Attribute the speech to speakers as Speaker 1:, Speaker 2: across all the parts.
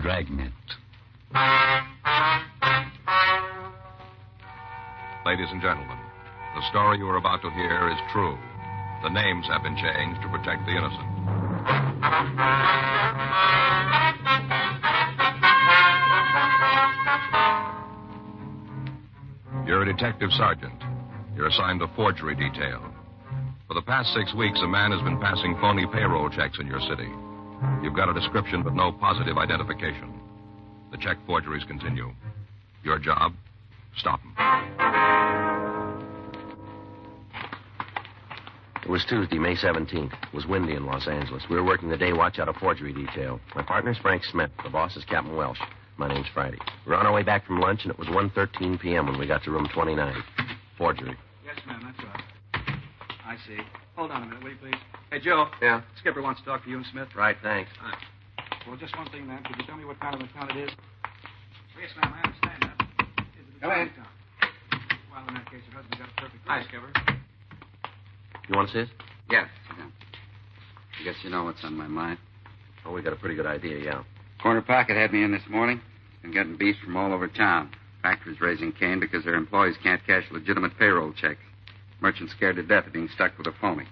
Speaker 1: Dragnet.
Speaker 2: Ladies and gentlemen, the story you are about to hear is true. The names have been changed to protect the innocent. You're a detective sergeant. You're assigned to forgery detail. For the past six weeks, a man has been passing phony payroll checks in your city. You've got a description, but no positive identification. The check forgeries continue. Your job? Stop them.
Speaker 3: It was Tuesday, May 17th. It was windy in Los Angeles. We were working the day watch out of forgery detail. My partner's Frank Smith. The boss is Captain Welsh. My name's Friday. We were on our way back from lunch, and it was 1.13 p.m. when we got to room 29. Forgery.
Speaker 4: Yes, ma'am, that's right. I see. Hold on a minute, will you please? Hey, Joe.
Speaker 3: Yeah?
Speaker 4: Skipper wants to talk to you and Smith.
Speaker 3: Right, thanks.
Speaker 4: Well, just one thing, ma'am. Could you tell me what kind of an account it is? Yes, ma'am, I understand that. It's a
Speaker 3: Come in.
Speaker 4: account. Well, in that case, her husband got a perfect Hi, Skipper.
Speaker 3: You want to see us?
Speaker 5: Yes. Yeah. I guess you know what's on my mind.
Speaker 3: Oh, we got a pretty good idea, yeah.
Speaker 5: Corner Pocket had me in this morning. Been getting beats from all over town. Factories raising cane because their employees can't cash legitimate payroll checks. Merchants scared to death of being stuck with a phony.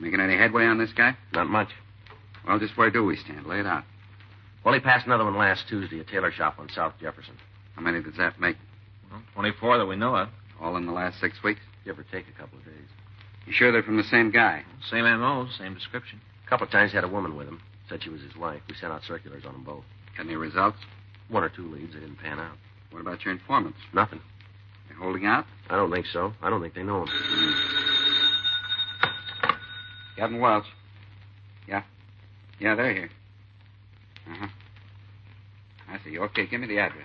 Speaker 5: Making any headway on this guy?
Speaker 3: Not much.
Speaker 5: Well, just where do we stand? Lay it out.
Speaker 3: Well, he passed another one last Tuesday, a tailor shop on South Jefferson.
Speaker 5: How many does that make?
Speaker 6: Well, 24 that we know of.
Speaker 5: All in the last six weeks?
Speaker 3: Give or take a couple of days.
Speaker 5: You sure they're from the same guy?
Speaker 6: Same MO, same description.
Speaker 3: A couple of times he had a woman with him. Said she was his wife. We sent out circulars on them both.
Speaker 5: Got any results?
Speaker 3: One or two leads. They didn't pan out.
Speaker 5: What about your informants?
Speaker 3: Nothing.
Speaker 5: They holding out?
Speaker 3: I don't think so. I don't think they know him.
Speaker 5: Captain Welch. Yeah. Yeah, they're here. Uh huh. I see. Okay, give me the address.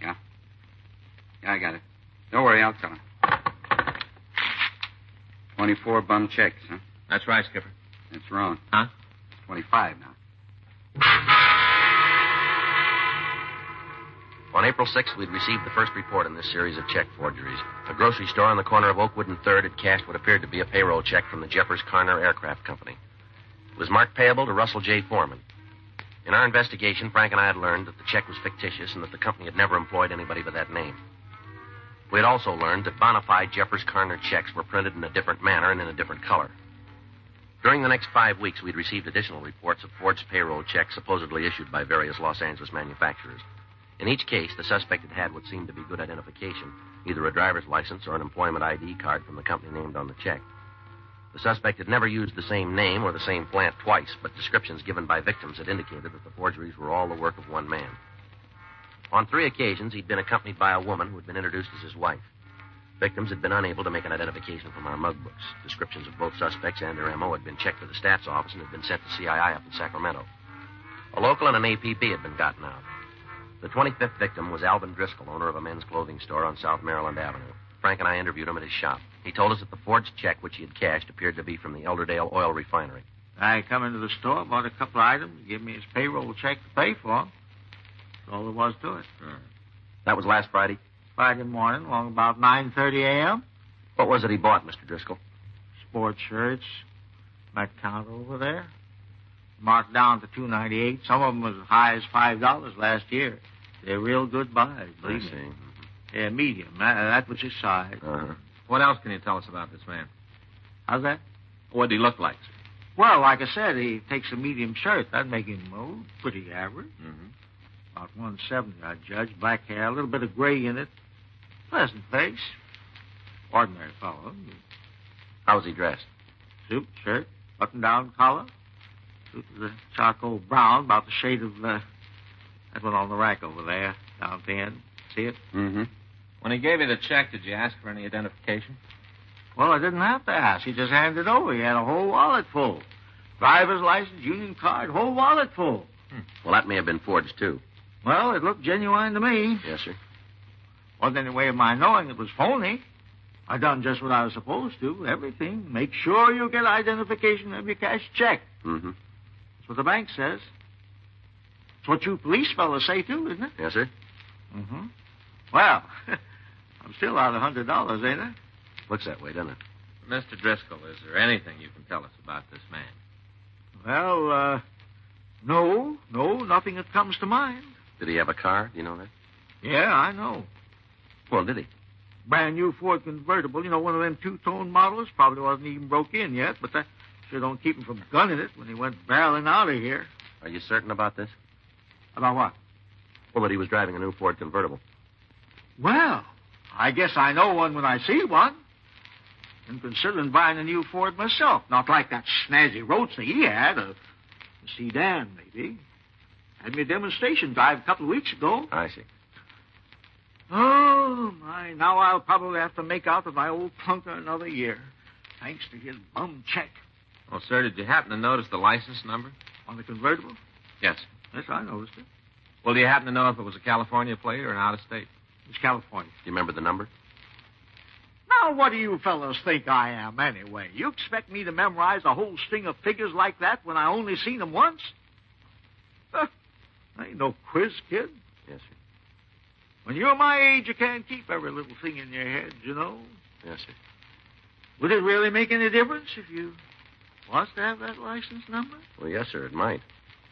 Speaker 5: Yeah. Yeah, I got it. Don't worry, I'll tell him. 24 bum checks, huh?
Speaker 6: That's right, Skipper.
Speaker 5: That's wrong.
Speaker 6: Huh?
Speaker 5: 25 now.
Speaker 3: On April 6th, we'd received the first report in this series of check forgeries. A grocery store on the corner of Oakwood and 3rd had cashed what appeared to be a payroll check from the Jeffers Carner Aircraft Company. It was marked payable to Russell J. Foreman. In our investigation, Frank and I had learned that the check was fictitious and that the company had never employed anybody by that name. We had also learned that bona fide Jeffers Carner checks were printed in a different manner and in a different color. During the next five weeks, we'd received additional reports of forged payroll checks supposedly issued by various Los Angeles manufacturers. In each case, the suspect had had what seemed to be good identification, either a driver's license or an employment ID card from the company named on the check. The suspect had never used the same name or the same plant twice, but descriptions given by victims had indicated that the forgeries were all the work of one man. On three occasions, he'd been accompanied by a woman who had been introduced as his wife. Victims had been unable to make an identification from our mug books. Descriptions of both suspects and their MO had been checked by the staff's office and had been sent to CII up in Sacramento. A local and an APB had been gotten out. The 25th victim was Alvin Driscoll, owner of a men's clothing store on South Maryland Avenue. Frank and I interviewed him at his shop. He told us that the forged check which he had cashed appeared to be from the Elderdale Oil Refinery.
Speaker 6: I come into the store, bought a couple of items, give me his payroll check to pay for. That's all there was to it.
Speaker 3: That was last Friday.
Speaker 6: Friday morning, along about 9.30 a.m.,
Speaker 3: What was it he bought, Mr. Driscoll?
Speaker 6: sports shirts, that count over there, marked down to 298 Some of them was as high as $5 last year. They're real good buys, believe me. Yeah, medium. That, that was his size.
Speaker 3: Uh-huh.
Speaker 7: What else can you tell us about this man?
Speaker 6: How's that?
Speaker 7: What did he look like?
Speaker 6: Well, like I said, he takes a medium shirt. That'd make him oh, pretty average.
Speaker 7: Mm-hmm.
Speaker 6: About 170, I judge. Black hair, a little bit of gray in it. Pleasant face. Ordinary fellow.
Speaker 3: How was he dressed?
Speaker 6: Suit, shirt, button-down collar. Suit was a charcoal brown, about the shade of uh, that one on the rack over there, down at the end. See it?
Speaker 5: Mm-hmm.
Speaker 7: When he gave you the check, did you ask for any identification?
Speaker 6: Well, I didn't have to ask. He just handed it over. He had a whole wallet full. Driver's license, union card, whole wallet full.
Speaker 3: Well, that may have been forged, too.
Speaker 6: Well, it looked genuine to me.
Speaker 3: Yes, sir.
Speaker 6: Wasn't any way of my knowing it was phony. I done just what I was supposed to. Everything. Make sure you get identification of your cash check.
Speaker 3: Mm-hmm.
Speaker 6: That's what the bank says. It's what you police fellas say too, isn't it?
Speaker 3: Yes, sir.
Speaker 6: Mm-hmm. Well, I'm still out a hundred dollars, ain't I?
Speaker 3: Looks that way, doesn't it?
Speaker 7: Mr. Driscoll, is there anything you can tell us about this man?
Speaker 6: Well, uh, No, no, nothing that comes to mind.
Speaker 3: Did he have a car? Do you know that?
Speaker 6: Yeah, I know.
Speaker 3: Well, did he?
Speaker 6: Brand new Ford convertible, you know, one of them two tone models. Probably wasn't even broke in yet, but that sure don't keep him from gunning it when he went barreling out of here.
Speaker 3: Are you certain about this?
Speaker 6: About what?
Speaker 3: Well, that he was driving a new Ford convertible.
Speaker 6: Well, I guess I know one when I see one. And considering buying a new Ford myself, not like that snazzy roadster he had, a, a sedan maybe. Had me a demonstration drive a couple of weeks ago.
Speaker 3: I see.
Speaker 6: Oh my! Now I'll probably have to make out with my old plunker another year, thanks to his bum check
Speaker 7: Well, sir, did you happen to notice the license number?
Speaker 6: on the convertible.
Speaker 7: Yes.
Speaker 6: Yes, I noticed it.
Speaker 7: Well, do you happen to know if it was a California player or an out of state?
Speaker 6: It's California.
Speaker 3: Do you remember the number?
Speaker 6: Now, what do you fellows think I am, anyway? You expect me to memorize a whole string of figures like that when I only seen them once? Huh, I ain't no quiz kid.
Speaker 3: Yes, sir.
Speaker 6: When you're my age, you can't keep every little thing in your head, you know.
Speaker 3: Yes, sir.
Speaker 6: Would it really make any difference if you was to have that license number?
Speaker 3: Well, yes, sir, it might.